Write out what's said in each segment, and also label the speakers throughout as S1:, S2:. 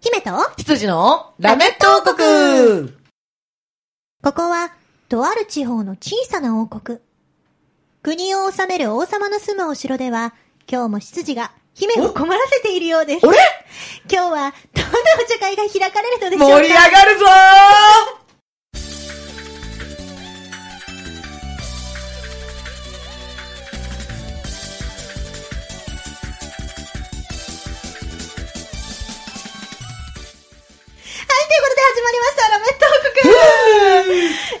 S1: 姫と、
S2: 羊のラメット王国
S1: ここは、とある地方の小さな王国。国を治める王様の住むお城では、今日も執事が姫を困らせているようです。
S2: あれ
S1: 今日は、どんなお茶会が開かれるのでしょうか
S2: 盛り上がるぞ
S1: はい、ということで始まりました、ラメット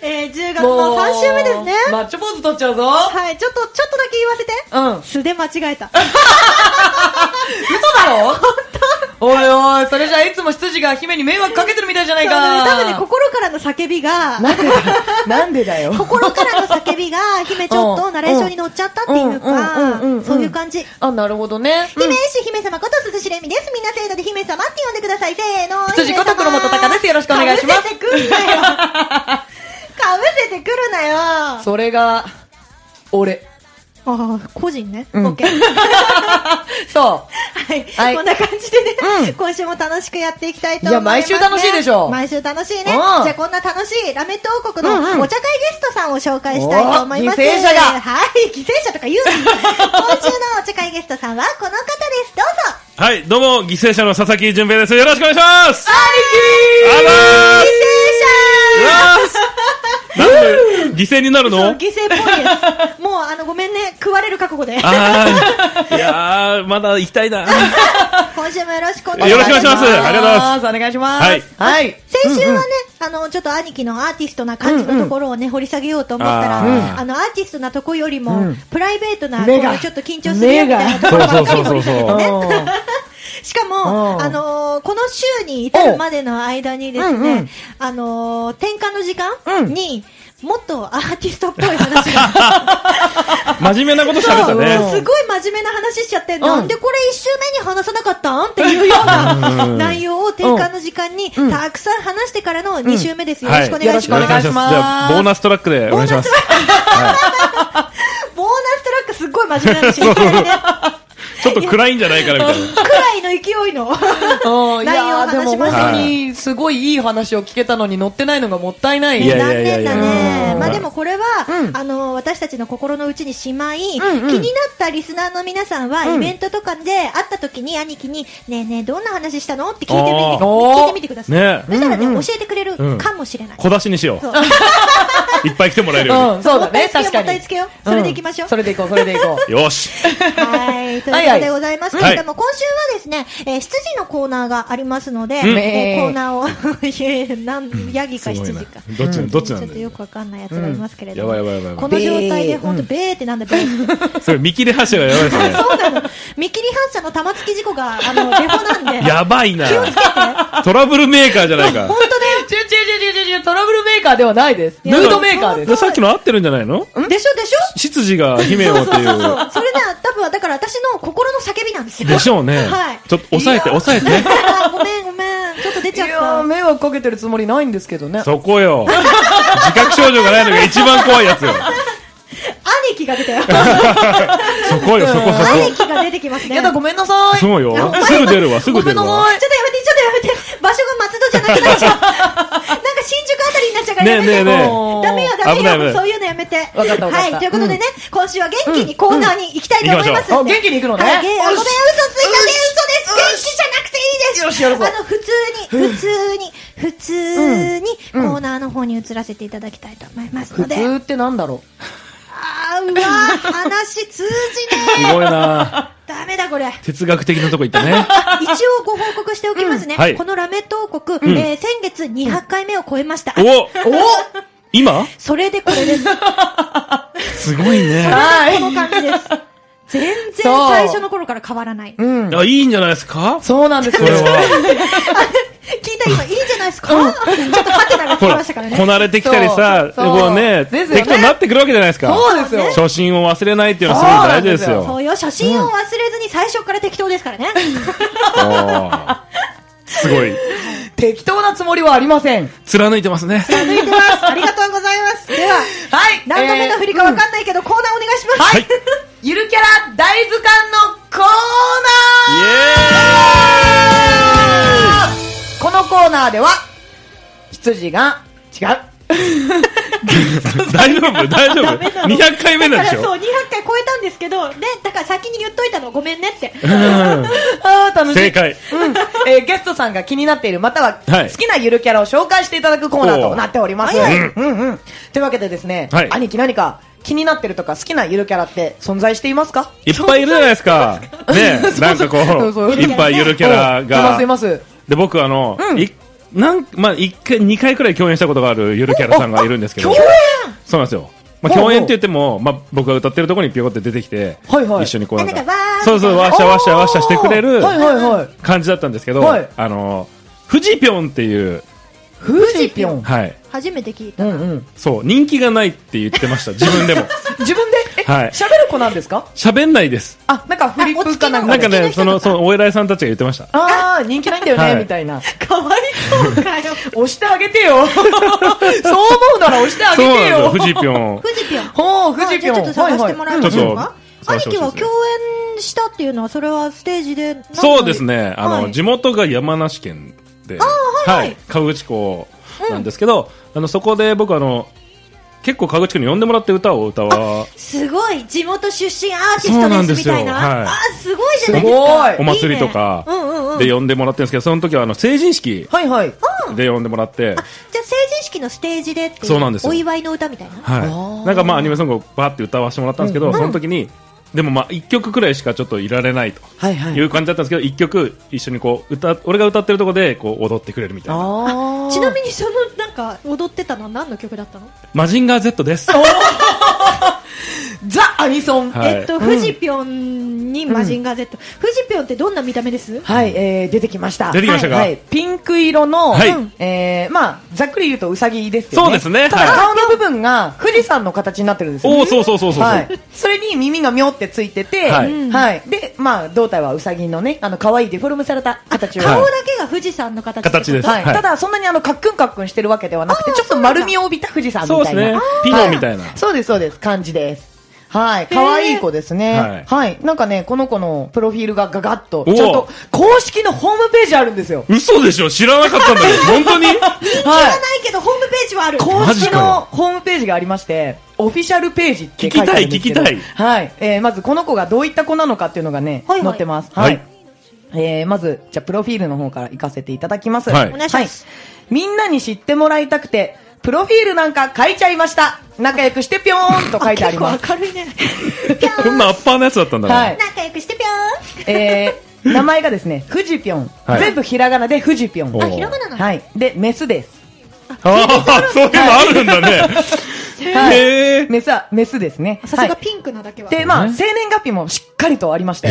S1: 王国えー、10月 の3週目ですね。
S2: マッチョポーズ取っちゃうぞ
S1: はい、ちょっと、ちょっとだけ言わせて。
S2: うん。嘘
S1: 素で間違えた。
S2: だろ本当おいおい、それじゃあいつも羊が姫に迷惑かけてるみたいじゃないか。
S1: 多分ね、心からの叫びが、
S2: なんでだ なんでだよ。
S1: 心からの叫びが、姫ちょっとナレーションに乗っちゃったっていう
S2: うんうんうんうん
S1: か、
S2: うん
S1: そういう感じ。
S2: あ、なるほどね。うん
S1: 姫氏姫様こと鈴しれみです。みんなせーので姫様って呼んでください。せーの。
S2: 羊こと黒本隆ですよろしくお願いします
S1: かぶせてくるなよ。かぶせてくるなよ。あ
S2: それが、俺。
S1: あ、個人ね。
S2: うん
S1: オッケー。
S2: そ
S1: はい、
S2: はい
S1: こんな感じでね、
S2: うん
S1: 今週も楽しくやっていきたいと思います、ね。
S2: いや毎週楽しいでしょ
S1: 毎週楽しいね。
S2: ん
S1: じゃあこんな楽しいラメット王国の
S2: うんうん
S1: お茶会ゲストさんを紹介したいと思います。
S2: お犠牲者が
S1: はい、犠牲者とか言 うな。今週のお茶会ゲストさんはこの方です。どうぞ。
S3: はい、どうも、犠牲者の佐々木純平です。よろしくお願いします
S2: 兄
S3: あ
S1: 犠
S3: らーなんで、犠牲になる
S1: 牲者
S3: の
S1: そう、犠牲っぽいです。もう、あの、ごめんね、食われる覚悟で。
S3: あー、いやー、まだ行きたいな。
S1: 今週もよろしくお願い
S2: 貴。
S3: よろしくお願いしますありがとうございます
S2: お願いします。はい。
S1: 先週はね、あの、ちょっと兄貴のアーティストな感じのところをね、掘り下げようと思ったら、
S3: あー
S1: あの、アーティストなとこよりも、プライベートな、こう
S2: 目が
S1: ちょっと緊張するよみたいなところばっかり掘り下げて
S3: そう
S1: ね。
S2: うん
S1: しか
S2: う
S1: も、
S2: ん
S1: あのーこの週に至るまでの間にですね、
S2: うんうん
S1: あのー転換の時
S2: う
S1: 間
S2: ん
S1: に、もっとアーティストっぽい話が。
S3: 真面目なこと喋った
S2: そう
S3: ね。
S1: すごい真面目な話しちゃって、
S2: ん
S1: なんでこれ一周目に話さなかったんっていうような内容を転換の時間にたくさん話してからの2週目ですよ。よ
S3: は
S1: ろしくお願いします。
S2: よろしくお願いします
S3: じゃあ、ボーナストラックでお願いします。
S1: ボーナストラックすっごい真面目な話。いきなりね
S3: ちょっと暗いんじゃないかな、みたいな。
S1: くらいの勢いの。
S2: うんい
S1: 内容を
S2: やーで
S1: 話
S2: も
S1: しま
S2: 本
S1: した
S2: 当にすごいいい話を聞けたのに乗ってないのがもったいない
S3: いやいや
S1: 残念だね
S3: う。ん
S1: まあでもこれは、
S2: うん
S1: あの、私たちの心の内にしまい、
S2: んうん
S1: 気になったリスナーの皆さんは、
S2: うん
S1: イベントとかで会った時に兄貴に、ねえねえ、どんな話したのって聞いてみ
S3: あー
S1: て、聞いてみてください。
S3: ね
S1: そしたらね、
S2: うんうん
S1: 教えてくれる
S3: うん
S1: かもしれない。
S3: 小出しにしよ
S1: そう
S3: う。いっぱい来てもらえるよ
S2: うん、そうだね、
S1: も
S2: 確か
S1: ったい
S2: に
S1: つ。けよもったいつけよそれで行きましょう
S2: それで行こう、それで行こ
S3: うに。よし。
S1: はい、 ということでございますけれども、今週はですね、えー羊のコーナーがありますので、
S3: ん
S1: えーコーナーを いやいや、なん、ヤギか
S3: すごい
S1: 羊
S3: な
S1: か。。
S3: どっち、どっち
S1: ちょ
S3: なん
S1: っ
S3: だ
S1: とよ
S3: よ。
S1: くわかんないやつがいますけれども、
S3: うんやばいやばいやばい
S1: この状態で本当べーってなんだべーって
S3: それ、見切り発車がやばいですね。
S1: そうなの見切り発車の玉突き事故があ のデフォなんで
S3: やばいな。
S1: 気をつけて本
S3: トラブルメーカーじゃないか。
S1: 当だ
S2: う。ちゅちゅちゅちゅちゅ、トラブルメーカーではないです。ムードメーカーです。
S3: さっきの合ってるんじゃないの
S1: よでしょでしょ
S3: 執事が姫を
S1: そ
S3: っ
S1: う
S3: て
S1: そう
S3: い
S1: そう
S3: う
S1: そ。うそれでは多分だから私の心の叫びなんですよ
S3: でしょうね。
S1: はい
S3: ちょっと抑えて、抑 えて。
S1: あごめんごめんちょっと出
S2: い
S1: ちゃっ
S2: やー、
S1: た
S2: 迷惑かけてるつもりないんですけどね。
S3: そこよ。自覚症状がないのが一番怖いやつよ。
S1: 兄貴が出たよ
S3: そこよ、そこそ
S1: 兄
S3: こ。
S1: 貴が出てきますね
S2: やだ、ごめんなさい。
S3: そうよ。すぐ出るわ、す
S2: ご
S3: ぐ
S2: め
S3: 出
S2: ん
S3: る
S2: な
S3: わ。
S2: さい
S1: ちょ。っとやめて、ちょっとやめて。場所が松戸じゃなくなっちゃう。な んか新宿あたりになっちゃうからやめて。
S3: ねえねえね
S2: え
S1: ダメよ、ダメ
S3: 危ない危な
S1: よ。
S3: い
S1: そういうのやめて。
S2: わかったわかった
S1: はい、ということでね、今週は元気にコーナーに行きたいと思いますんで。
S2: うん行きましょうあ元気に行くのね
S1: はいげあごめん、嘘
S2: よし
S1: ついたね、嘘です。元気じゃなくていいです。
S2: よしやるぞ
S1: あの、普通に、普通に、普通に、コーナーの方に移らせていただきたいと思いますの
S2: 普
S1: で。
S2: 通ってなんだろ
S1: あー、うわー、話通じね
S3: すごいな
S1: え。 ダメだ、これ。
S3: 哲学的なとこ行ったね。
S1: 一応ご報告しておきますね。
S3: うんはい
S1: このラメット王国、えー先月200回目を超えました。
S3: お
S2: う。お
S3: 今
S1: それでこれ です。こ
S3: すごいね。
S2: は
S1: の
S2: い。
S1: 感じです。全然
S2: そう
S1: 最初の頃から変わら ない。聞い
S2: うん。
S3: あ、いいんじゃないですか
S2: そうなんです
S3: これは。
S1: た今、いいじゃないですかちょっとハテナがつ
S3: ほ
S1: き
S3: ら、
S1: ましたからね。
S3: こなれてきたりさ、
S2: そうそう
S3: こうね、
S2: ですよね
S3: 適当になってくるわけじゃないですか。
S2: そうですよ。
S3: 初心を忘れないっていうのはすごい大事です
S2: そう
S1: そ
S3: よ。
S1: うよ、写真を忘れずに最初から適当ですからね。
S3: おーすごい。
S2: 適当なつもりはありません。
S3: 貫いてますね。
S1: 抜いてます。ありがとうございます。では、
S2: はい。
S1: 何度目の振りかわかんないけど、コーナーお願いします。
S2: はい。ゆるキャラ大図鑑のコーターでは、羊が違う。
S3: 大丈夫大丈夫 ?200 回目なんでし
S1: だから
S3: ょ
S1: そう、200回超えたんですけど、で、だから先に言っといたの、ごめんねって。
S2: あー楽しい。
S3: 正解。
S2: うんえーゲストさんが気になっている、または
S3: はい
S2: 好きなゆるキャラを紹介していただくコーナーとなっております。
S3: おー
S2: うんうんうんというわけでですね、
S3: はい
S2: 兄貴何か気になってるとか好きなゆるキャラって存在していますか
S3: いっぱいいるじゃないですか。ねえ、なんかこ
S2: そうそう
S3: う、いっぱいゆるキャラが
S2: うんい。ます、います。
S3: で、僕あの、いなんまあ、一回、二回くらい共演したことがあるゆるキャラさんがいるんですけど。
S2: 共演
S3: そうなんですよ。まあ、
S2: ほうほう
S3: 共演って言っても、まあ、僕が歌ってるところにピョコって出てきて、
S2: はいはい
S3: 一緒にこうなんか
S4: あなんかわー
S3: そうそう、わーしゃわーしゃわーしゃしてくれる
S2: はいはいはい。
S3: 感じだったんですけど、
S2: はい
S3: あの、フジピョンっていう、
S2: フジピョン。
S3: はい、
S4: 初めて聞いた。
S2: うんうん。
S3: そう、人気がないって言ってました、自分でも。
S2: 自分で、え、
S3: はい
S2: 喋る子なんですか
S3: 喋んないです。
S2: あ、なんかフリップかなん
S3: な
S2: か
S3: ん
S2: で。
S3: かね、その、その、お偉いさんたちが言ってました。
S2: あー、人気ないんだよね、
S3: はい
S2: みたいな。
S1: かわいそうか よ。
S2: 押してあげてよ。 そう思うなら押してあ
S3: そ
S2: げ
S3: う
S2: て
S3: なん
S2: よ。
S3: ですよ、フジピョン。
S4: 富士ピョン。
S2: ほう、フジ
S4: あじ
S2: ピ
S4: ゃあち
S2: ョン。
S4: ょっと探してもらえます
S3: はいはい
S4: か
S3: はい
S4: 兄貴は共演したっていうのは、それはステージで。
S3: そうです。ね、あの、
S4: はい
S3: 地元が山梨県で、
S4: はいはい
S3: 河口湖なんですけど、あの、そこで僕あの、結構河口湖に呼んでもらって歌を歌わ、
S4: すごい地元出身アーティストですみたいな。
S3: そうなんですよはい
S4: あー、すごいじゃないですか。
S2: すごい
S3: お祭りとか
S4: いいねうんうんうん。じ
S3: で
S4: ゃあ
S3: 呼んでもらってるんですけど、その時はあの、成人式
S2: はいはい。
S3: で呼んでもらって、
S4: 成人式のステージでってい
S3: そうなんですよ
S4: お祝いの歌みたいな。
S2: あ
S3: は
S2: ー
S3: い、なんかまあアニメソングをバーって歌わせてもらったんですけど、その時にでもまあ1曲くらいしかちょっといられないと
S2: はいはいい。
S3: う感じだったんですけど1曲一緒にこう歌俺が歌ってるところでこう踊ってくれるみたいな
S2: あ
S1: ちなみにそのなんか踊ってたのは何の曲だったの、
S3: 「マジンガー Z」です、
S2: に、ザ・アニソン。
S3: はい
S1: えっと、フジピョンにマジンガー Z、フジピョンってどんな見た目です、
S2: はい、えー、出てきました。
S3: 出てきましたか
S2: はいはいピンク色の、
S3: はい
S2: えー、まあ、ざっくり言うとウサギですよね。
S3: そうですね
S2: ただ
S3: はい
S2: 顔の部分が富士山の形になってるんですよ。
S3: おおそうそうそうそうそう、
S2: はい。それに耳がみょってついてて、
S3: は
S2: はいい。で、まあ、胴体はウサギのね、あの、可愛いデフォルムされた形を。
S3: あ
S1: 顔だけが富士山の形ってこと
S3: 形です
S2: はい、
S3: はい
S2: ただ、そんなにあのカックンカックンしてるわけではなくて、ちょっと丸みを帯びた富士山みたいな。
S3: そうですね
S2: はい
S3: ピノみたいな
S2: そうです、そうです、感じです。はい。可愛い子ですね、
S3: はい
S2: はい。なんかね、この子のプロフィールがガガッと、
S3: お
S2: ちゃんと公式のホームページあるんですよ。
S3: 嘘でしょ知らなかったん だけど本当に
S2: はい
S1: 知ら。ないけどホームページはあ る
S2: 公
S3: マジ
S2: 式
S3: かよ
S2: のホームページがありまして、オフィシャルページって書いてあるんですけど
S3: 聞きたい聞き
S2: はい。えー、まずこの子がどういった子なのかっていうのがね、
S1: はいはい
S2: 載ってます。
S3: はい
S2: えー、まず、じゃあプロフィールの方から行かせていただきます。
S3: はいお
S4: 願いします
S2: はいみんなに知ってもらいたくて、プロフィールなんか書いちゃいました。仲良くしてぴょーんと書いてあり ます。
S1: 結構明るいね
S3: こんなアッパーなやつだったんだな、
S2: はい
S4: 仲良くしてぴょ
S2: えー、名前がですね、フジぴょん。
S3: はい
S2: 全部ひらがなでフジぴょん。
S3: お
S4: ん。あ、ひらがなの。
S2: はい。で、メスです。
S3: ああそういうのあるんだね、
S2: はい
S3: へえ
S2: メスは、メスですね。
S1: さす
S2: は
S1: が
S2: い
S1: ピンクなだけは、
S2: で、まあ、生年月日もしっかりとありまして。
S3: え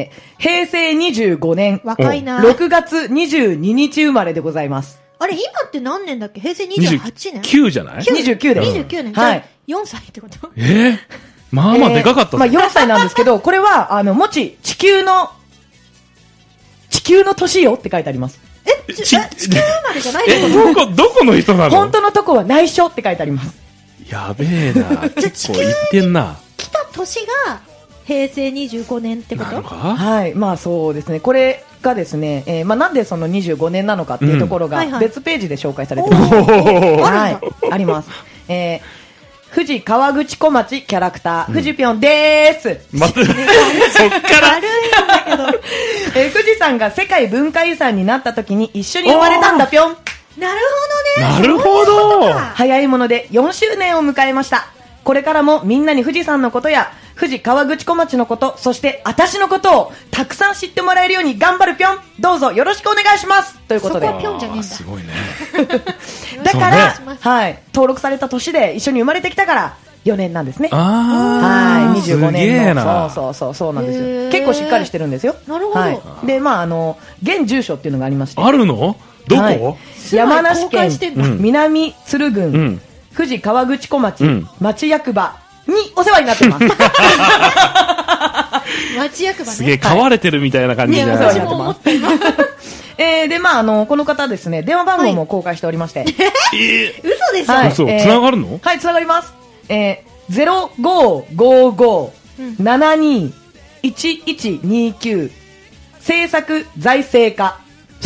S2: えー平成25年、
S1: 若いな
S2: 6月22日生まれでございます。
S4: あれ、今って何年だっけ平成28年
S3: 29じゃない
S2: 29です。
S4: 29年。じ
S2: は
S4: ゃあ
S2: い。
S1: 4歳ってこと
S3: えー、まあまあでかか
S2: えー
S3: ったぞ、
S2: まあ4歳なんですけど、 これは、あの、もち、地球の、地球の年よって書いてあります。
S1: えち
S3: ち
S1: え地球生まれじゃないの
S3: えどこどこの人なの
S2: 本当のとこは内緒って書いてあります。
S3: やべえな結構言ってんな
S1: 来た年が
S4: 平成25年ってこ
S3: なの
S4: と
S3: か
S2: はい。まあそうですね。これがですね、えーまあなんでその25年なのかっていうところ
S4: うんはいは
S2: が
S4: い
S2: 別ページで紹介されてます。
S3: お
S2: はい、あります。えー、富士河口小町キャラクター、富士ぴょんでーす。
S3: ま た、そっから、
S2: えー富士山が世界文化遺産になった時に一緒に生まれたんだぴょん。
S1: なる
S3: なるほど
S2: 早いもので4周年を迎えました。これからもみんなに富士山のことや、富士河口小町のこと、そして私のことをたくさん知ってもらえるように頑張るぴょん。どうぞよろしくお願いします。ということで
S1: そ。ぴょんじゃねえんだ
S3: あーすごいね。
S2: だから、
S1: そうね
S2: はい、登録された年で一緒に生まれてきたから、4年なんですね。
S3: あ
S2: は
S3: ー
S2: い、25
S3: すげえ
S2: 年の。
S3: な。
S2: そうそうそう、そうなんです
S1: へー
S2: よ。結構しっかりしてるんですよ。
S1: なるほど
S2: はい、で、まあ、あの、現住所っていうのがありまして。
S3: あるのどこ、
S2: はい山梨
S1: 住まい公開してんだ
S2: 県南鶴
S3: う
S2: 郡
S3: ん
S2: 富士河口湖町
S3: うん
S2: 町役場にお世話になってます。
S1: ほど 町役場
S3: すげえ、
S1: ね
S3: 飼われてるみたいな感じじゃ
S2: ね
S3: な
S2: お
S3: い
S2: 世話にな
S1: 私も思
S2: っ
S1: って
S2: ます。えー、で、まあ、あの、この方ですね、電話番号も公開しておりまして。
S1: 嘘でしょ、
S2: はい
S3: 嘘
S2: えー
S3: 繋がるの
S2: はい、つながります。えー、0555-721129、政策財政課、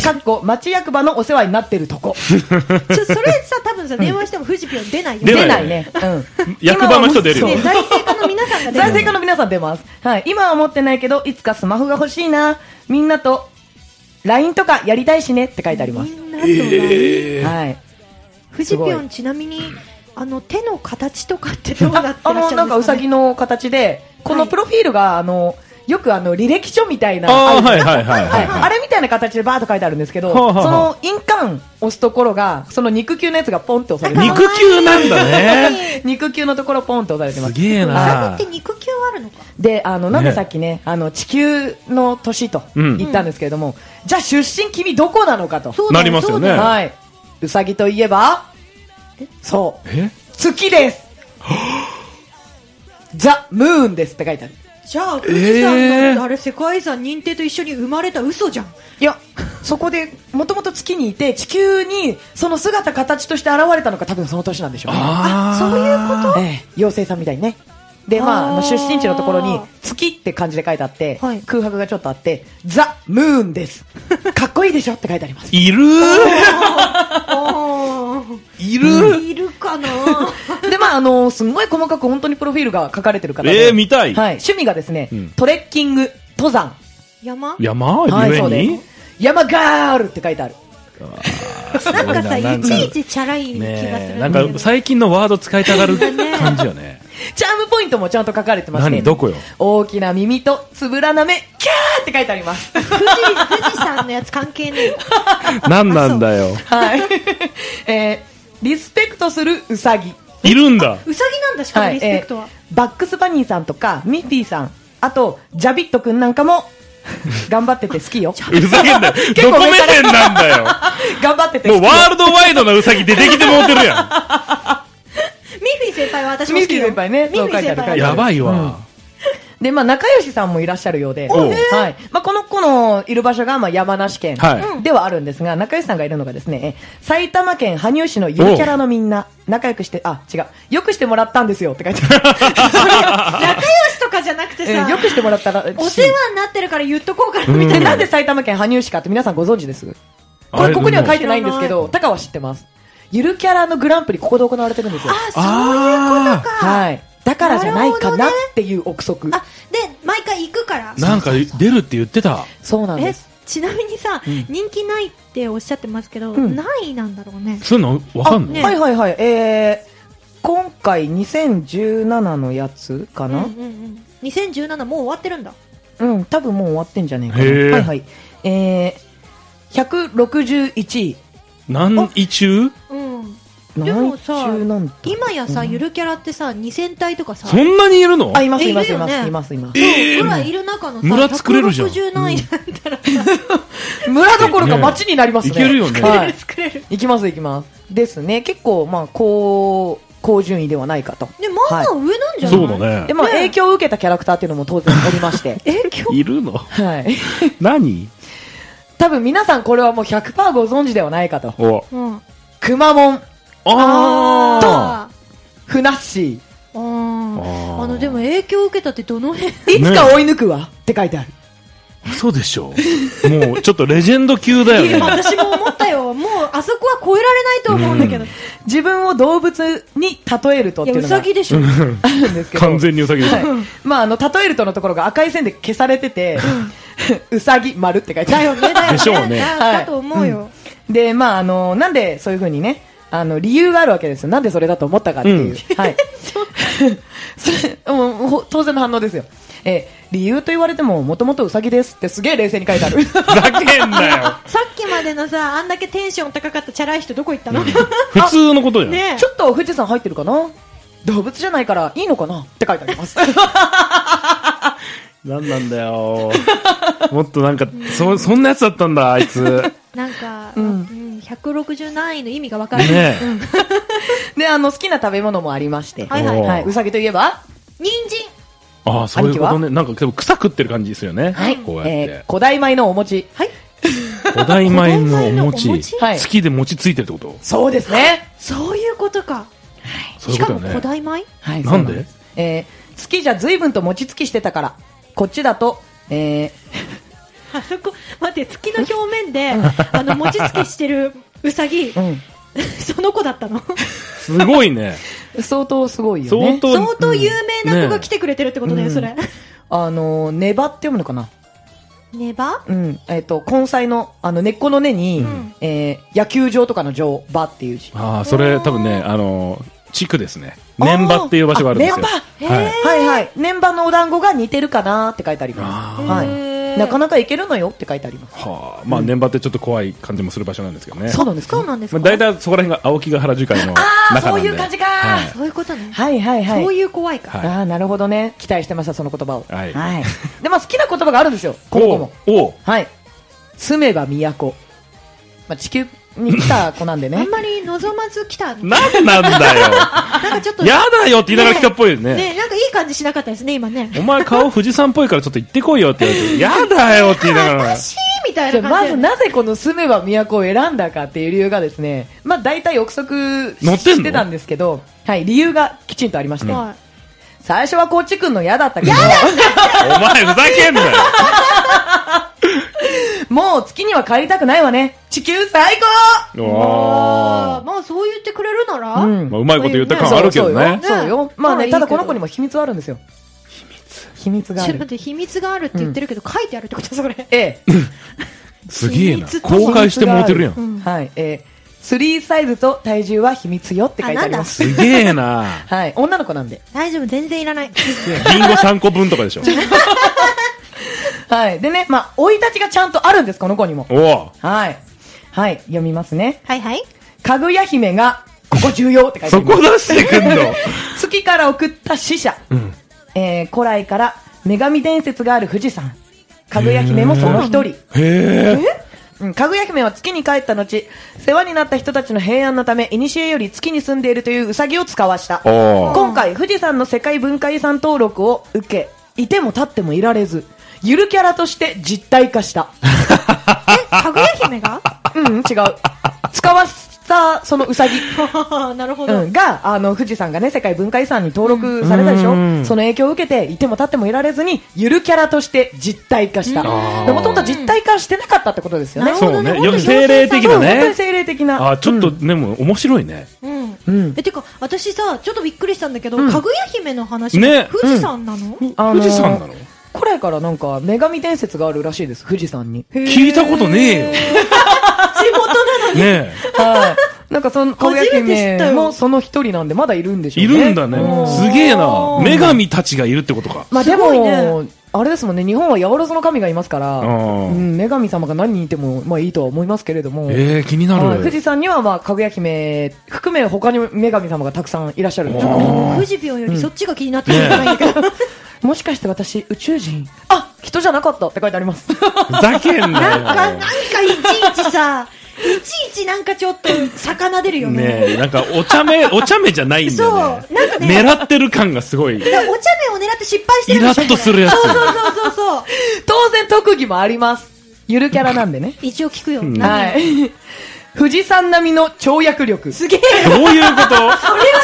S2: かっこ町役場のお世話になってるとこ。
S1: ちょそれさ、多分さ、電話してもフジピョン出ないよ
S3: 出
S1: ね。
S3: な
S2: 出な
S3: い
S2: いね。うん。
S3: 役場の人出るよ
S2: 今は
S1: ね
S2: もう
S1: 財政家の皆さんが出
S2: 財
S1: ない。
S2: 政家の皆さん出ます。はい。今は持ってないけど、いつかスマホが欲しいな。みんなと、LINE とかやりたいしねって書いてあります。
S1: みんなとは
S2: はい。
S1: フジピョンちなみに、あの、手の形とかってどうなってらっしゃ
S2: あ
S1: るんですか、
S2: の、
S1: ね、
S2: なんかうさぎの形で、この
S1: はい
S2: プロフィールが、あの、よくあの、履歴書みたいな。
S3: あー
S2: るじゃん
S3: はいはいはいはいはい
S2: あれみたいな形でバーっと書いてあるんですけど、
S3: はあはあ
S2: その印鑑押すところが、その肉球のやつがポンって押されてま
S3: 肉球なんだね。
S2: す。 肉球のところポンって押されてます
S3: す。げえ
S1: うさ
S3: な
S1: ぎって肉球あるのか。
S2: で、あの、なんで
S3: ね
S2: さっきね、あの、地球の年と
S3: うん
S2: 言ったんですけれども、じゃあ出身君どこなのかと。
S1: そう
S3: なりますよね
S2: はい。うさぎといえば、そう、
S3: え
S2: 月です。 ザ・ムーンですって書いてある。
S1: じゃあ、富士山
S3: えー
S1: の、あれ、世界遺産認定と一緒に生まれた嘘じゃん。
S2: いや、そこで、もともと月にいて、地球に、その姿形として現れたのが多分その年なんでしょうね。
S3: あそういうこ
S2: ええ妖精さんみたいにね。で、まあ、あ
S1: あ
S2: の出
S1: ー
S2: 身地のところに、月って漢字で書いてあって、
S1: はい
S2: 空白がちょっとあって、ザ・ムーンです。かっこいいでしょって書いてあります。
S3: いる
S1: あ
S3: いる
S1: ーいるかな
S2: で、まあ、あのすんごい細かく本当にプロフィールが書かれてる方で。
S3: えー、見たい。
S2: はい。趣味がですね、
S3: うん
S2: トレッキング、登山。
S1: 山
S3: 山
S2: はい、そ
S3: 上
S2: うで
S3: に
S2: す。山ガールって書いてある。
S1: なんかさ、いちいちチャラい気がする
S3: ねえ、
S1: ん
S3: な
S1: だ
S3: ん
S1: けど
S3: か最近のワード使いたがる感じよね。
S2: チャームポイントもちゃんと書かれてますね。
S3: 何どこよ
S2: 大きな耳とつぶらな目、キャーって書いてあり ます。
S1: 富士富士山のやつ関係ねえ。
S3: 何なんだよ。
S2: はい。えー、リスペクトするウサギ。
S3: いるんだ。
S1: うさぎなんだ、しかもリスペクトは。
S2: えーバックスバニーさんとか、ミッフィーさん、あと、ジャビットくんなんかも、頑張ってて好きよ。
S3: ふざけんなよ。
S2: 結
S3: ど
S2: 構
S3: こ目線なんだよ。
S2: 頑張ってて好
S3: も
S2: き
S3: う
S2: よ
S3: ワールドワイドなウサギ出てきてもうて
S1: ミッフ
S3: るや
S1: ィー先輩は私も好きよ。
S2: ミッフィー先輩ね
S1: ミッフィー先
S2: そ
S3: ん。
S2: う
S1: 輩
S2: 書
S1: は。
S3: やばいわ。
S2: で、まあ、仲良しさんもいらっしゃるようで、
S3: おう
S2: はい。まあ、この子のいる場所が、まあ、山梨県
S3: はい
S2: ではあるんですが、仲良しさんがいるのがですね、え埼玉県羽生市のゆるキャラのみんな、仲良くして、あ、違う、よくしてもらったんですよって書いてある。
S1: 仲良しとかじゃなくて
S2: え
S1: さ、
S2: ーよくしてもらったら、え
S1: お世話になってるから言っとこうかな、みた
S2: で
S1: いな。
S2: なんで埼玉県羽生市かって皆さんご存知ですこ
S3: あ
S2: れ、
S3: れ
S2: ここには
S3: でも
S2: 書いてないんですけど、タカは知ってます。ゆるキャラのグランプリ、ここで行われてるんですよ。
S3: ああ
S2: はい。だからじゃない
S1: なる
S2: かなっ
S1: ほどね
S2: ていう憶測。
S1: あ、で、毎回行くから。
S3: なんか出るって言ってた。
S2: そうなんで
S1: え
S2: す。、
S1: ちなみにさ、人気ないっておっしゃってますけど、
S2: うん
S1: 何位なんだろうね。
S3: そういうのわかん
S1: ね
S3: の
S2: はいはいはい。えー、今回2017のやつか
S1: うんう
S2: なん
S1: うん。2017もう終わってるんだ。
S2: うん、多分もう終わってんじゃねえか
S3: へー
S2: な。はいはい。えー、161位。
S3: 何位中
S1: うん。で
S2: 何
S1: も
S2: 位
S1: さ
S2: 中なんだ
S1: 今やさ、ゆるキャラってさ、2000体とかさ、
S3: そんなにいるの
S2: あ、います
S1: え
S2: います
S1: いる
S2: い
S1: よ
S2: ま
S1: ね
S2: すいますいます。
S1: そう、ぐらいいる中のさ、
S3: 村作れるじゃん
S1: 160何位だったらさ、
S2: 村どころか町になりますね。
S3: いけるよね
S2: はい。
S1: 作れる。
S2: いきますいきます。ですね。結構、まあ、高、高順位ではないかと。
S1: で、まあまあ上なんじゃない、
S3: そうだ
S2: で、
S3: ね。
S2: まあ、
S1: ね
S2: 影響を受けたキャラクターっていうのも当然おりま して。
S1: え、今日、
S3: いるの
S2: はい。
S3: 何
S2: 多分皆さんこれはもう100%ご存知ではないかと。
S3: お。
S1: うん。
S2: くまモン、
S1: あ
S3: あ
S1: ー
S2: ふなっし
S1: あー
S3: ー
S1: あのでも影響を受けたってどの辺
S2: ー、いつか追い抜くわ、って書いてある。
S3: ーそうでしょ。もうちょっとレジェンド級だよね。
S1: 私も思ったよもうあそこは超えられないと思うんだけど、
S3: うん
S2: 自分を動物に例えるとっ
S1: い
S2: て
S1: や
S2: いう
S1: う
S2: のが
S1: さぎでしょ
S2: あるんですけど。
S3: 完全にウサギでしょ。
S2: はい。まあ、あの、例えるとのところが赤い線で消されてて、うさぎ丸って書いてあ
S1: だよ
S2: る。
S1: ねだよね
S3: でしょうね
S1: だ
S2: はい
S1: だと思うよ、
S2: で、まあ、あの、なんでそういうふうにね、あの、理由があるわけですよ。なんでそれだと思ったかっていう。はい。 それもうほ当然の反応ですよ。えー理由と言われても、もともとうさぎですってすげえ冷静に書いてある。
S3: ふざけんなよ。
S1: さっきまでのさあんだけテンション高かったチャラい人どこ行ったの、
S3: 普通のことじゃん。
S1: ねえ
S2: ちょっと富士山入ってるかな動物じゃないからいいのかなって書いてあります。
S3: なんなんだよ。 もっとなんか、そ、そんなやつだったんだ、あいつ。ね
S1: なんか、
S2: う
S1: うんん160何位の意味が分かる、
S3: え。
S2: で、あの、好きな食べ物もありまして。
S1: はいはい
S3: おー
S2: はい。うさぎといえば、
S1: 人参
S3: ああ、そういうこ
S2: 兄
S3: と
S2: 貴
S3: ね。なんか、でも草食ってる感じですよね。こうやっ
S2: え
S3: て
S2: ー、。古代米のお餅。
S1: はい
S3: お大米のお
S1: お
S3: 餅
S1: 餅。
S2: はい
S3: 月で餅ついてるってこと
S2: そうですね。
S1: そういうことか
S3: そういう
S1: し
S3: こ
S1: か
S3: と
S1: も
S3: よね。
S1: 古代米
S2: はい。
S3: なんで
S2: そうすえー、月じゃ随分と餅つきしてたから、こっちだと、えー、
S1: あそこ、待って、月の表面 で、あの、餅つきしてるうさぎ、 その子だったの。
S3: すごいね。
S2: うん。相当すごいよ
S3: 相
S2: ね。
S3: 当。
S1: 相当有名な子が来
S3: て。
S1: てくれてるってことだよ、
S2: ね
S1: それ。
S2: あの、ネバって読むのかな
S1: ネバ
S2: うん。えっ、と、根菜の、あの、根っこの根に、えー野球場とかの場、場っていう字。
S3: ああ、それ多分ね、あの、地区ですね。年場っていう場所があるんですよ。
S2: あ
S1: 年場
S3: は
S1: へ
S3: い
S1: ー。
S2: はいはい。年場のお団子が似てるかなって書いてあります。
S3: あ
S2: は
S1: へ
S2: い。
S1: ー
S2: なかなかいけるのよって書いてあります。
S3: はあ、まあ年場ってちょっと怖い感じもする場所なんですけどね。
S2: そうなんですか
S1: そうなんです
S3: まあ、
S1: か
S3: 大体そこら辺が青木ヶ原樹海の中
S2: あ
S3: な
S2: ー
S3: んで。
S2: そういう感じか
S3: はい
S1: そういうことね。
S2: はいはいはい。
S1: そういう怖いか。
S3: はい
S2: ああ、なるほどね。期待してました、その言葉を。
S3: はい
S2: で、まあ好きな言葉があるんですよ。 今後も。
S3: おうおう
S2: はい。住めば都。まあ地球に来た子なん で
S1: あ
S2: ね
S1: ん。まり望まず来たの。なん
S3: なんなんだ よ。
S1: かちょっと。
S3: やだよって言いながら来たっぽいよね。
S1: ねなんかいい感じしなかったですね、今ね。
S3: お前顔富士山っぽいからちょっと行ってこいよって言われて、やだよって言いなが ら。
S1: シーみたい
S2: じゃ
S1: な
S2: あま
S1: 感じ
S2: ず
S1: で。
S2: なぜこの住めば都を選んだかっていう理由がですね、まあ大体憶測
S3: 乗ってんの
S2: してたんですけど、はい、理由がきちんとありまして、
S1: はい
S2: 最初はこっちくんの嫌だったけど、
S3: お前ふざけんなよ。
S2: もう月には帰りたくないわね。地球最
S3: お
S1: あー
S3: ー
S1: まあそう言ってくれるなら、
S2: 高うん。
S3: まあ、うまいこと言った感はあるけどね。
S2: そうよそうよ。
S1: ま
S2: まあ
S1: あい
S2: ね、
S1: いけ
S2: た
S1: ど
S2: だこの子にも秘密はあるんですよ。秘密秘密があ
S1: ちょっと待っ
S2: る。
S1: て秘密があるって言ってるけど、書いてあるってことそれ。
S2: ええ。
S3: すげえ
S1: 秘
S3: な。
S1: 密と
S3: 公開してもうてるやん。
S2: はい、えー、3サイズと体重は秘密よって書いてあります。
S3: すげ えな。
S2: はい、女の子なんで。
S1: 大丈夫、全然いらない。
S3: リンゴ3個分とかでしょ。
S2: はい、でね、まあ、生い立ちがちゃんとあるんです、この子にも。
S3: おお
S2: はい。はい、読みますね。
S1: はいはい。
S2: かぐや姫が、ここ重要って書いてあ
S3: そ
S2: りま
S3: こ
S2: す。
S3: 出してくんの。
S2: 月から送った使者。
S3: うん。
S2: えー、古来から女神伝説がある富士山。かぐや姫もその一人。
S3: へえ。
S2: うんかぐや姫は月に帰った後、世話になった人たちの平安のため、古より月に住んでいるというウサギを使わした。
S3: おー
S2: 今回、富士山の世界文化遺産登録を受け、いても立ってもいられず、ゆるキャラとして実体化 した。
S1: え、かぐや姫が
S2: うん、違う。使わした、そのウサギ。
S1: なるほど。
S2: うん、が、あの、富士山がね、世界文化遺産に登録されたでしょ、
S3: うん
S2: その影響を受けて、いても立ってもいられずに、ゆるキャラとして実体化した。
S3: ん
S2: でもともと実体化してなかったってことですよね。
S1: なる
S3: そうね。
S1: 本当に
S3: よ精霊的な
S2: そう本当
S3: ね
S2: に。精霊的な。
S3: あー、ちょっと、でも面白いね。
S1: うん
S2: うん
S1: えてか私さちょっとびっくりしたんだけど、かぐや姫の話、
S3: ね
S1: 富士山なの、
S2: あの
S3: 富士山なの
S2: これからなんか、女神伝説があるらしいです、富士山に。
S3: 聞いたことねえよ。
S1: 地元なのに
S3: ね
S2: はい。なんか その、かぐや
S1: 初めて知った
S2: 姫
S1: よ
S2: もその一人なんで、まだいるんでし
S3: え。
S2: ょ
S3: いう
S2: ね。
S3: るんだね
S2: う。
S3: すげえな。女神たちがいるってことか。
S2: まあです
S1: ごい
S2: も、
S1: ね
S2: あれですもんね、日本は八百万の神がいますから、
S3: うん
S2: うん、女神様が何人いても、まあいいとは思いますけれども、
S3: ええ、気にな
S2: はい
S3: る。
S2: 富士山には、まあ、かぐや姫含め、他に女神様がたくさんいらっしゃるんですよね。
S1: 富士病よりそっちが気になってるじゃないんだけ ど、
S2: もしかして私、宇宙人あ人じゃなかったって書いてあります。
S3: ふざけんなよ。
S1: なんかいちいちさいちいちなんかちょっと魚出るよね
S3: ねえ、なんかお茶目、お茶目じゃないんだよね。
S1: そうなんかね
S3: 狙ってる感がすごい。
S1: だからお茶目を狙って失敗して
S3: イ
S1: る
S3: ラ
S1: みたい
S3: ッ
S1: な
S3: とするやつ。
S1: そうそうそうそうそう
S2: 当然、特技もあります。ゆるキャラなんでね。
S1: 一応聞くよ、
S3: ん
S1: 何
S2: はい。富士山並みの跳躍力。
S1: すげえ
S3: どういうこと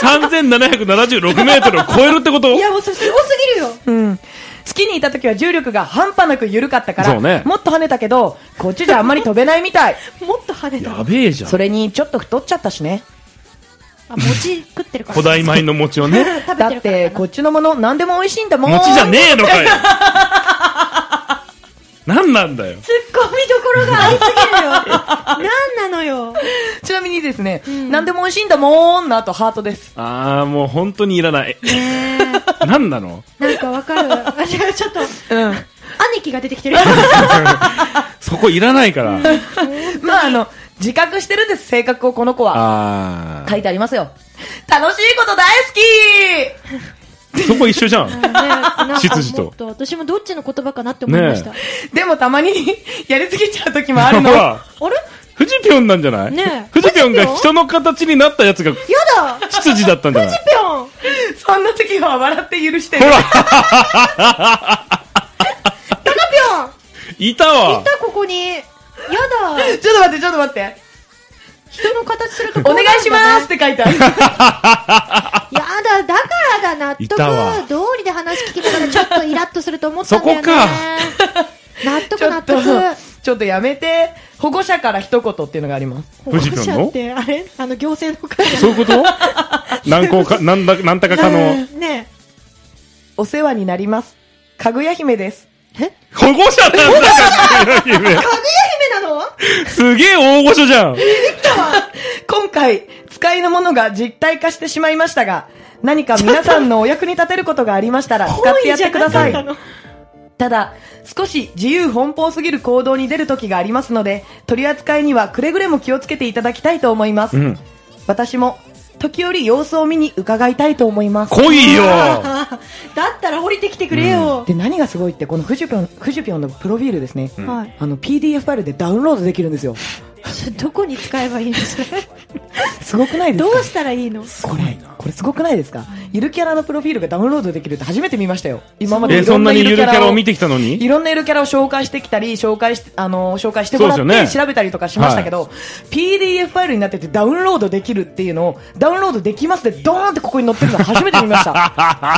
S3: ?3776 メートルを超えるってこと
S1: いやもうそれすごすぎるよ
S2: うん。月にいた時は重力が半端なく緩かったか
S3: そ
S2: ら、
S3: うね
S2: もっと跳ねたけど、こっちじゃあんまり飛べないみた い。
S1: もっと跳ねた
S3: やべえじゃん
S2: そ。れに、ちょっと太っちゃったしね。
S1: あ餅食ってるから
S3: 古代米の餅をね。
S1: 食べて
S2: だっ
S1: るから
S2: て、こっちのもの、何でも美味しいんだもん。
S3: 餅じゃねえの かよ。なんなんだよ。
S1: ツッコミどころがありすぎるよなんなのよ
S2: ちなみにですね、何でも美味しいんだもんの後、ハートです。
S3: ああ、もう本当にいら ない。
S1: ねえ
S3: なんなの
S1: なんかわか る。あ違うちょっと、
S2: うん。
S1: 兄貴が出てきてる。
S3: そこいらないから。
S2: まあ、あの、自覚してるんです、性格をこの子は。
S3: あ
S2: 書いてありますよ。楽しいこと大好き
S3: あ。そこ一緒じゃ ん。
S1: なん
S3: 執
S1: か
S3: 事と
S1: もっと私もどっちの言葉かなって思いました。
S3: ね
S2: でもたまに、 やりすぎちゃう時もあるの
S3: ほ。ら、
S1: あれ
S3: 富士ぴょんなんじゃない
S1: ねえ
S3: 富士ぴょんが人の形になったやつが
S1: やだぴ
S3: 執事だったんじゃない
S1: ょん
S2: そんな時は笑って許して
S3: ほ
S2: る。
S3: ら、
S1: たかぴょ
S3: いた
S1: ん
S3: わ
S1: い。たここに。やだ
S2: ちょっと待って、ちょっと待 って。
S1: 人の形するとこ
S2: お
S1: うな
S2: 願
S1: んだね
S2: いしますって書いてある。
S1: やだ、だからだ、納
S3: いたわ
S1: 得。道理で話聞きながらちょっとイラッとすると思った
S3: そ
S1: んだよ
S3: こ
S1: ね。
S3: か。
S4: 納得
S2: ちょ
S4: 納
S2: っと
S4: 得。、
S2: ちょっとやめて、保護者から一言っていうのがあります。
S1: 保
S3: 富士
S1: 護
S3: 君の
S1: 者って、あれあの、行政の会
S3: そういうこと何高か、なんだ、なんたかかの、
S1: 社。ね
S2: お世話になります。かぐや姫です。
S3: 保護者なんだかぐや
S1: え。
S3: 姫
S1: かぐや姫なの
S3: すげえ大御所じゃん。
S2: 今回、使いのものが実体化してしまいましたが、何か皆さんのお役に立てることがありましたら、 使ってやってください。
S1: の。
S2: ただ、少し自由奔放すぎる行動に出る時がありますので、取り扱いにはくれぐれも気をつけていただきたいと思います。
S3: うん。
S2: 私も、時折様子を見に伺いたいと思います。
S3: 来いよ
S1: あー だったら降りてきてくれよ。
S2: で、何がすごいって、このフジピョン、フジピョンのプロフィールですね。
S3: ん
S1: はい。
S2: あの、PDF ファイルでダウンロードできるんですよ。
S1: ちょどこに使えばいいのそれ。
S2: すごくないです
S1: ど
S2: か
S1: うしたらいいの
S2: これ、これすごくないですかゆるキャラのプロフィールがダウンロードできるって初めて見ましたよ。今まで
S3: え、
S2: いろ
S3: そん
S2: んな
S3: なに
S2: ゆる
S3: ゆる
S2: キ
S3: キ
S2: ャ
S3: ャ
S2: ラ
S3: ラ
S2: を
S3: を見てきたの
S2: い
S3: に
S2: ろんなゆるキャラを紹介してきたり、紹介し、あのー紹介してもらって、
S3: そうですよ
S2: 調べたりとかしましたけど、PDF ファイルになっててダウンロードできるっていうのを、ダウンロードできますってドーンってここに載ってるの初めて見ました。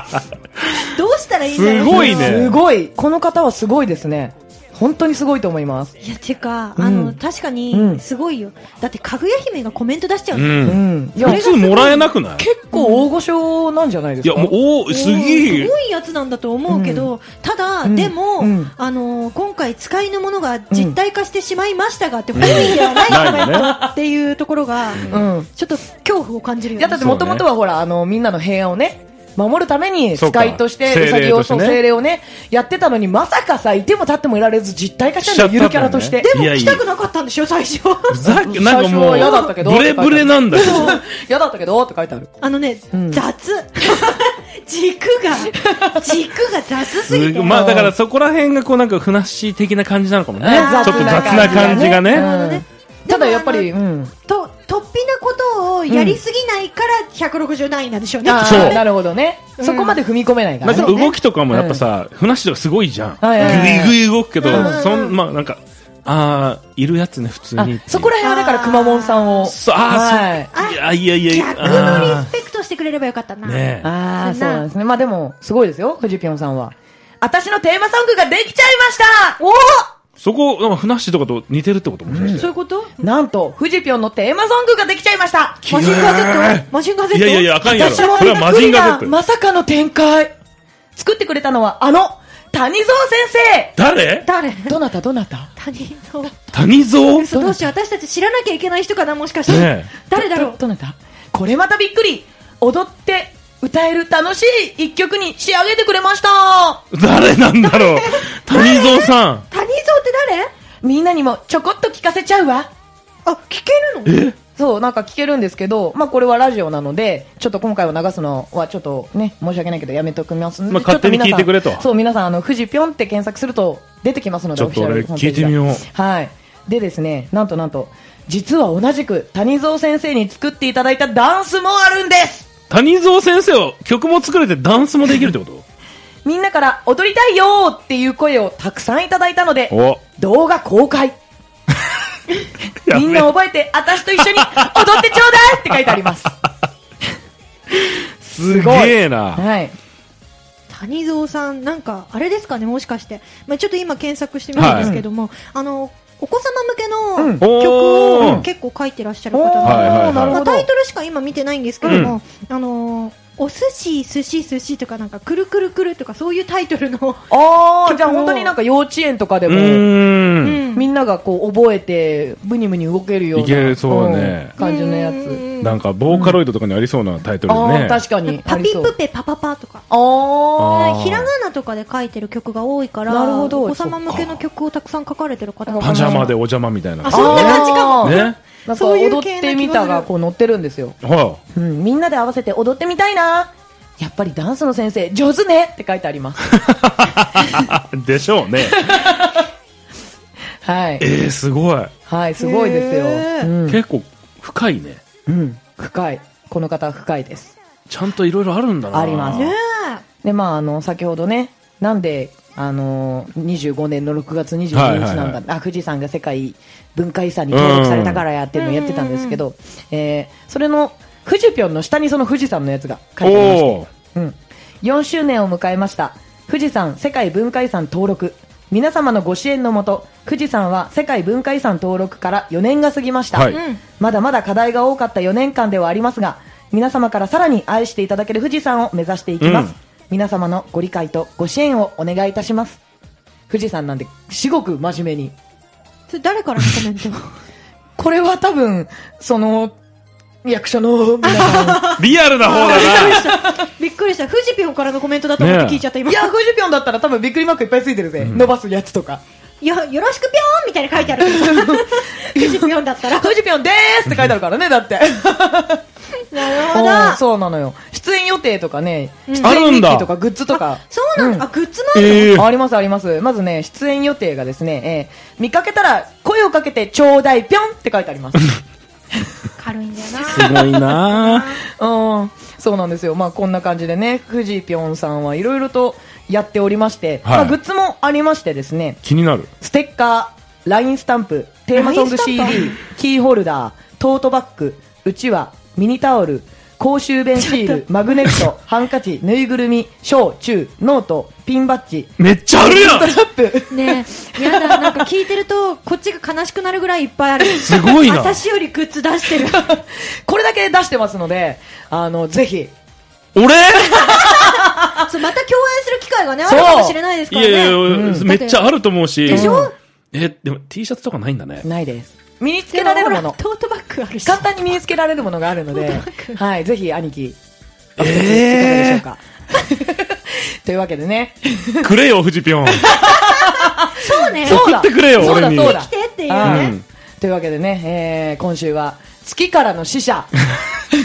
S1: どうしたらいいんだろう
S3: すごい ね
S2: すごい。この方はすごいですね。本当にすごいと思います。
S1: いや、てか、あの、
S2: うん
S1: 確か
S2: うん
S1: に、すごいよ。だって、かぐや姫がコメント出しちゃう
S3: う。
S1: の。
S2: うんん。いや、
S3: 普
S2: 結
S3: 通もらえなくない
S2: 構大御所なんじゃないで
S3: い
S2: す
S3: や、
S2: か
S3: もう、おーすげ
S1: す
S3: え
S1: ご。いやつなんだと思うけど、ただ、
S2: うん
S1: でも、
S2: うん
S1: あのー今回使いのものが実体化してしまいましたがって、本意ではない
S3: ない
S1: コ
S3: よ
S1: メ
S3: ね
S1: ントっていうところが、
S2: うん。
S1: ちょっと恐怖を感じるよね
S2: いや、だってもともとはほら、あの、みんなの平安をね、守るために、
S3: そ
S2: 使
S3: うか
S2: いとして、
S3: 精
S2: う
S3: 霊
S2: さぎを、
S3: として
S2: そう、
S3: ね
S2: 精霊をね、やってたのに、まさかさ、いても立ってもいられず、実体化し
S3: したちゃ
S2: ん
S3: っ
S2: だ
S3: た
S2: よ、ゆるキャラとして。
S3: で
S1: でも来たくなかったんでしょ、最初。
S3: ふざけ、なんか
S2: 最初
S3: も
S2: は嫌だったけ
S3: う、
S2: ど
S3: ブレブレなんだけど。
S2: 嫌だったけど、って書いてある。
S1: あのね、
S2: うん
S1: 雑。 軸が、軸が雑すぎて。
S3: まあだからそこら辺がこうなんかふなっしー的な感じなのかもね。
S2: ね
S3: ち
S2: 雑な
S3: ょっと雑な感じが
S2: う
S3: ね。
S1: なるほど
S2: ん
S1: ね
S2: ただやっぱり、
S1: で
S2: う
S1: も
S2: ん。
S1: と、突飛なことをやりすぎないから160何位なんでしょうね。
S2: あ
S1: きっと
S2: ー
S3: そう
S2: なるほどね。そこまで踏み込めないか
S3: な
S2: ら
S3: んか
S2: ね。
S3: 動きとかもやっぱさ、ふなっしーとかすごいじゃん。
S2: はいはいはい
S3: ぐいぐい動くけど
S1: うん、
S3: そん、まあなんか、あー、いるやつね、普通に
S2: あ
S3: っていう。
S2: そこら辺はだから、くまモンさんを。
S3: そうあ
S2: はい。
S3: ー、そう。いやいやいやいや。
S1: 逆のリ
S3: あ
S1: スペクトしてくれればよかったな。
S3: ーねえ。
S2: ああ、
S1: そ
S2: そ
S1: んな
S2: うなんですね。まあでも、すごいですよ、フジピョンさんは。私のテーマソングができちゃいましたお
S3: そこ、なんかふなっしーとかと似てるってこともしかして
S1: そういうこと
S2: なんと、フジピョンのテーマソングができちゃいました
S1: マジンガー Z? マジンガー Z?
S3: いやいやいや、あかんやろ。
S2: 私も
S3: これはマジンガー Z。
S2: まさかの展開作ってくれたのは、あの、谷蔵先
S3: 誰
S1: 誰
S2: 生どなたどなた
S1: 谷蔵。
S3: 谷蔵
S1: 嘘どうしよう。私たち知らなきゃいけない人かな、もしかして。
S3: ねえ
S1: 誰だろう
S2: どどなたこれまたびっくり踊って、歌える楽しい一曲に仕上げてくれました
S3: 誰なんだ ろう谷蔵さん。
S1: 谷蔵って誰
S2: みんなにもちょこっと聞かせちゃうわ
S1: あ、聞けるの
S2: そう、なんか聞けるんですけど、まあこれはラジオなので、ちょっと今回は流すのはちょっとね、申し訳ないけどやめとくますんで
S3: まあ勝手に
S2: ちょっ皆さん
S3: 聞いてくれと
S2: そう、皆さん、あの、富士ぴょんって検索すると出てきますので、
S3: ちょっと
S2: オフィシャ
S3: 俺
S2: ルホームページが
S3: 聞いてみよう
S2: はい。でですね、なんとなんと、実は同じく谷蔵先生に作っていただいたダンスもあるんです
S3: 谷蔵先生は曲も作れてダンスもできるってこと
S2: みんなから踊りたいよーっていう声をたくさんいただいたので、
S3: お
S2: 動画公開
S3: やべ
S2: みんな覚えて、私と一緒に踊ってちょうだいって書いてあります。
S3: す
S2: ごい
S3: げえな。
S2: はい。
S1: 谷蔵さん、なんか、あれですかね、もしかして。まあちょっと今検索してみたんですけども、あの、お子様向け
S2: うん
S1: の曲
S3: お
S1: を
S3: ー
S1: 結構書いてらっしゃる方
S3: は
S1: ない
S3: はいは
S2: おー
S3: い
S2: なる
S1: まあ、
S2: ほど。
S1: タイトルしか今見てないんですけども、あのーお寿司、寿司、寿司とか、なんか、くるくるくるとか、そういうタイトルの、
S2: あ
S1: 曲
S2: あ、
S1: を
S2: じゃあ本当になんか幼稚園とかで
S3: う
S2: も、
S3: ー。
S1: うん
S2: みんながこう覚えて、ブニブニ動けるような。
S3: いけるそうね
S2: ん感じのや
S1: う
S2: つ。
S1: ん
S3: なんか、ボーカロイドとかにありそうなタイトル
S2: ああ、
S3: ね。
S2: 確かに。
S1: パピプペパパパとか、
S2: ああ。
S3: あー
S1: ひらがなとかで書いてる曲が多いから、
S2: なるほど
S1: お子様向けの曲をたくさん書かれてる方が
S2: そ
S3: パ
S2: う
S3: ジャマでお邪魔みたいな。
S1: あそんな感じかも
S2: あー
S3: ね。
S2: なんか
S1: そういう
S2: 踊
S1: 系な気が
S2: って
S1: する
S2: みたがこう載ってるんですよ。
S3: は
S2: うん、みんなで合わせて踊ってみたいな。やっぱりダンスの先生、上手ねって書いてあります。
S3: あ。でしょうね。
S2: はい。
S3: えー、すごい。
S2: はい、すごいですよ。
S1: へー
S2: うん
S3: 結構、深いね。
S2: うん。深い。この方は深いです。
S3: ちゃんといろいろあるんだな。
S2: あります
S1: ね
S2: で、まあ、あの、先ほどね、なんで、あのー、25年の6月21日なんだ、
S3: はいはいはい
S2: あ、富士山が世界文化遺産に登録されたからやっていうのをやってたんですけど、えーそれの、富士ぴょんの下にその富士山のやつが書いてありまして
S3: おー。
S2: うん、4周年を迎えました富士山世界文化遺産登録皆様のご支援のもと富士山は世界文化遺産登録から4年が過ぎました、
S3: はい
S1: うん
S2: まだまだ課題が多かった4年間ではありますが皆様からさらに愛していただける富士山を目指していきます、
S3: うん
S2: 皆様のご理解とご支援をお願いいたします富士山なんで至極真面目に
S1: それ誰からのコメン ト
S2: これは多分その役所の皆さ
S3: リアルな方だな。
S1: びっくりした。フジピョンからのコメントだと思って聞いちゃった、
S2: ん
S1: 今。
S2: いや富士ぴょんだったら多分びっくりマークいっぱいついてるぜ、伸ばすやつとか
S1: いや、よろしくぴょーんみたいな書いて ある。フジピョンだったら。
S2: 富士ぴょんでーすって書いてあるからねだ って
S1: なるほど。
S2: うんそうなのよ出演予定とかね、出
S3: ある
S2: 演
S3: ん
S2: 日
S3: だ
S2: 記とかグッズとか
S1: そうなんだ。あ、グッズもある。
S3: ええ
S2: ありますあります。まずね、出演予定がですね、えー見かけたら声をかけてちょうだいぴょんって書いてあり ます。
S1: 軽いんだよな。
S3: すごいな
S2: うん。そうなんですよ。まあこんな感じでね、藤井ぴょんさんはいろいろとやっておりまして、
S3: はい
S2: まあグッズもありましてですね、
S3: 気になる。
S2: ステッカー、ラインスタンプ、テーマソング CD
S1: ラインス、
S2: キーホルダー、トートバッグ、うちわ、ミニタオル、公衆弁シール、マグネット、ハンカチ、ぬいぐるみ、小、中、ノート、ピンバッジ、
S3: めっちゃあ るやん
S2: ストラップ、
S1: ねえ、やだ、なんか聞いてると、こっちが悲しくなるぐらいいっぱいある。
S3: すごいな
S1: 私よりグッズ出して る。
S2: これだけ出してますので、あの、ぜひ。
S3: 俺
S1: そうまた共演する機会がね、あ
S2: そう
S1: るかもしれないです
S3: い
S1: か
S3: や
S1: ら
S3: い
S1: ね。
S3: やいや、めっちゃあると思うし。
S1: でしょ
S3: え、でも T シャツとかないんだね。
S2: ないです。身につ
S1: で
S2: け
S1: も
S2: られる
S1: ほ
S2: も
S1: ら
S2: の。
S1: トートバッグあるし。
S2: 簡単に身につけられるものがあるので
S1: 本当だ、
S2: はい、ぜひ、兄貴、い
S3: え
S2: かがでしょうか。というわけでね。
S3: えくれよ、フジピョン。
S1: そうね。
S2: そうだ
S3: 送ってくれよ
S2: そうだ
S3: 俺に
S2: そうだ
S1: 来てっていう
S2: あー
S1: ね。
S2: というわけでね、えー今週は、月からの使 者、富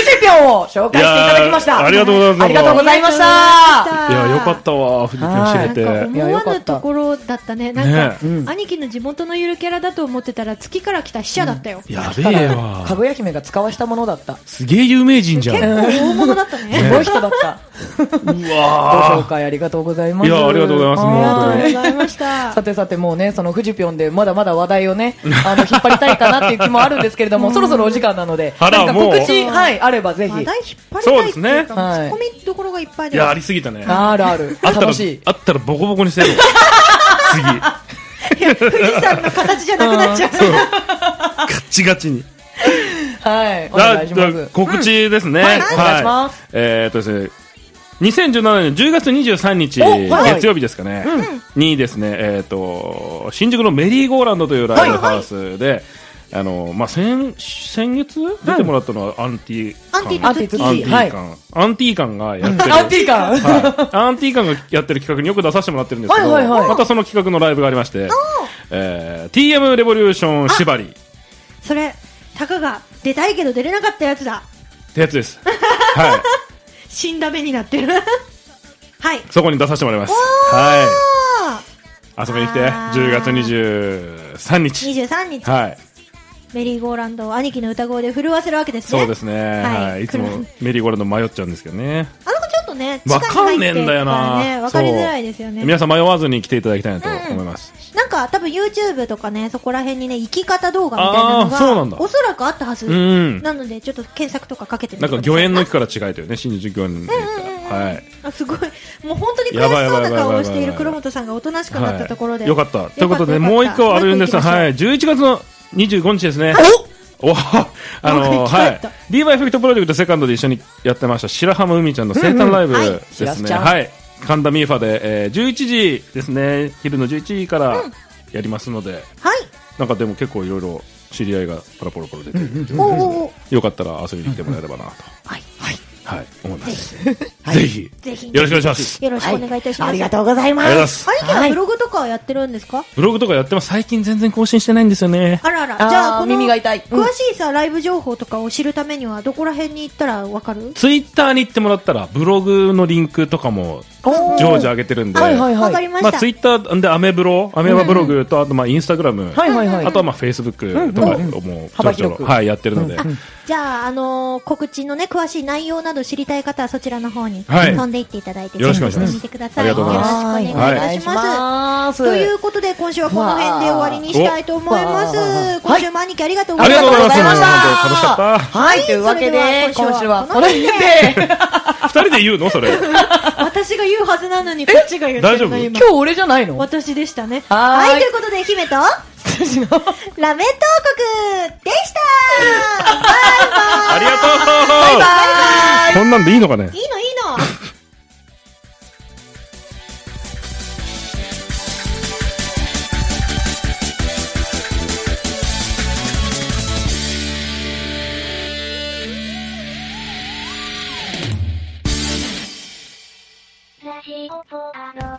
S2: 士ぴょんを紹介していただきまし
S3: い
S2: た。
S3: やーありがとうございます
S2: ありがとうございました。
S3: いや、よかったわ、フジピョン知れ
S1: なんか
S3: て。
S2: いや
S1: 思
S2: よ
S1: わ
S2: かっ
S1: ぬ
S2: た
S1: ところだったね。なん
S3: ね
S1: か
S3: え、
S2: うん
S1: 兄貴の地元のゆるキャラだと思ってたら、月から来た死者だったよ。
S3: やべえわ。
S2: かぐや姫が使わしたものだった。
S3: すげえ有名人じゃん。う
S1: 大物だったね。
S2: すごい人だった。ご紹
S3: わ
S2: 介ありがとうございます。
S3: いやありがとうございます
S1: あり がとうご
S2: は
S3: 本当に
S1: ざいました。
S2: さてさてもうね、そのフジピョンでまだまだ話題をね、 あの、引っ張りたいかなっていう気もあるんですけれども、そろそろお時間なので、
S3: あら
S2: 何か
S3: もう
S2: 告知、はい、あればぜ
S1: 話
S2: ひ。
S1: 題引っ張りたいっていうか、
S2: そうですね
S1: 突っ込みどころがいっぱい
S3: ー。い
S1: で。
S3: や、ありすぎたね。あ
S2: あるある。
S3: ったら
S2: 楽しい、。
S3: あったらボコボコに してるわ。次。ガ
S1: いや富士山の形じゃなくなっちゃう。
S3: ッチガチに。
S2: はい、お
S3: だ
S2: 願いします。
S3: 告知ですね。
S2: うんはいお願いします
S3: えーっとですね。2017年10月23日、
S2: おはい
S3: 月曜日ですかね、にですね、えーっと、新宿のメリーゴーランドというライブハウスで、あの、まあ、先、先月出てもらったのはアンティ
S1: アンティ
S2: ア
S1: の
S2: ンテ
S1: 時
S2: ィツキ
S3: アンティ
S2: ー、は
S3: ー
S2: い。
S3: 感、アンティー感がやってる。
S2: アンティー感
S3: はい、アンティーカンがやってる企画によく出させてもらってるんですけど、
S2: はいはいはい
S3: またその企画のライブがありまして、えー、TM レボリューション縛りっ
S1: それ、たかが出たいけど出れなかったやつだ。
S3: てやつ です。はい。
S1: 死んだ目になってる。 はい。
S3: そこに出させてもらいます。はい。遊びに来て、
S1: あー
S3: 10月23日。
S1: 23日、
S3: はい。
S1: メリーゴーランドを兄貴の歌声で震わせるわけですね。
S3: そうですね。
S1: はい
S3: はい。いつも
S1: 車
S3: メリーゴーランド迷っちゃうんですけどね。
S1: あの子ちょっとね、
S3: わかん
S1: 力
S3: ね
S1: 入
S3: え
S1: ってる
S3: んだよ
S1: からね
S3: な。
S1: わかりづらいですよ
S3: そう皆
S1: ね。
S3: さん迷わずに来ていただきたいなと思います。
S1: なんか多分 YouTube とかね、そこら辺にね、生き方動画みたいなの
S3: あーそうなんだ
S1: が、おそらくあったはず。
S3: うん
S1: なので、ちょっと検索とかかけてみて
S3: なん
S1: くだ
S3: か
S1: さい
S3: 漁園の木から違いというね、新宿御苑の木か
S1: うん
S3: ら。はい。
S1: あすごい、もう本当に悔
S3: やばい
S1: し
S3: や
S1: そ
S3: ば
S1: う
S3: い
S1: ない
S3: やばやばいやばい
S1: 顔をしている黒本さんがおとなしくなったところで、
S3: はいよかった。ということで、もう一個あるんですが、はい。11月の25日ですね。おおあ
S1: もう
S3: の、
S1: 一回
S3: は
S1: 行っ
S3: い
S1: た。
S3: リーバイフェクトプロジェクトセカンドで一緒にやってました、白浜海ちゃんの生誕ライブ
S2: うんうんはい
S3: ですね。
S2: 白ちゃん
S3: はい。神田ミーファで、えー11時ですね。昼の11時からやりますので、
S1: はい、
S3: なんかでも結構いろいろ知り合いがポロポロポロ出てるんで
S1: おおお、
S3: よかったら遊びに来てもらえればなと、
S2: はい。はい。
S3: はい、思います。
S2: はい
S3: ぜひ、
S1: ぜひ、
S3: よろしくお願いします。
S1: よろしくお願いいたします。
S2: ありがとうございま。
S3: ありがとうございますす。
S1: 兄貴
S2: は
S1: はいブログとかはやってるんですか
S3: ブログとかやってます。最近全然更新してないんですよね。
S1: あらあら、
S2: あー
S1: じゃあ、この、
S2: 耳が痛いうん
S1: 詳しいさ、ライブ情報とかを知るためには、どこら辺に行ったらわかる
S3: ツイッターに行ってもらったら、ブログのリンクとかも
S2: おー
S3: 常時上げてるんで、
S2: はいはい
S1: わ
S2: は
S1: か
S2: い。
S1: りまし
S3: ま
S1: た。
S3: あ、ツイッターでアメブロ、アメバブログと、あとまあインスタグラム、
S2: はいはいはい。
S3: あとはまあフェイスブックとか
S2: うん
S3: もうちょ
S2: 幅
S3: ろちょ
S2: 広く
S3: ろ、はい、やってるので、は
S1: じゃあ、あのー告知のね、詳しい内容など知りたい方はそちらの方に
S3: はい
S1: 飛んでいっていただいて、
S3: よろしくお願いし
S1: チェッ
S3: ます
S1: クしてみてください。
S3: あり
S1: よ
S3: がとう
S1: ろし
S3: ござ
S1: く
S3: い
S1: お
S3: ます
S1: 願いいたします。
S2: ます
S1: ということで、今週はこの辺で終わりにしたいと思います
S2: わあ。
S1: 今週も兄貴ありがとうご
S2: あ
S1: ざ
S2: り
S1: い
S2: が
S1: ま
S2: と
S1: す。
S2: うございました。
S3: ありがとうございました楽しかった
S2: はい、というわけで、
S1: それ
S2: 今週
S1: で
S2: は
S1: は
S2: こ
S1: こ
S2: の
S1: の
S2: 辺
S1: 辺
S2: で
S1: で。
S3: 2人で言うのそれ。
S1: 私私が言うはずなのに、こっちが言って
S3: 大丈
S1: る
S3: 夫
S1: の、今
S2: 今。日俺じゃないの
S1: 私でしたね。
S2: は
S1: は
S2: ー
S1: い、
S2: い
S1: ということで、姫と、
S2: 私の
S1: ラメット王国でしたバ
S3: ありがとう
S2: バイバーイ
S3: こんなんでいいのかね
S1: イいいのいいの
S5: ラジオポアド。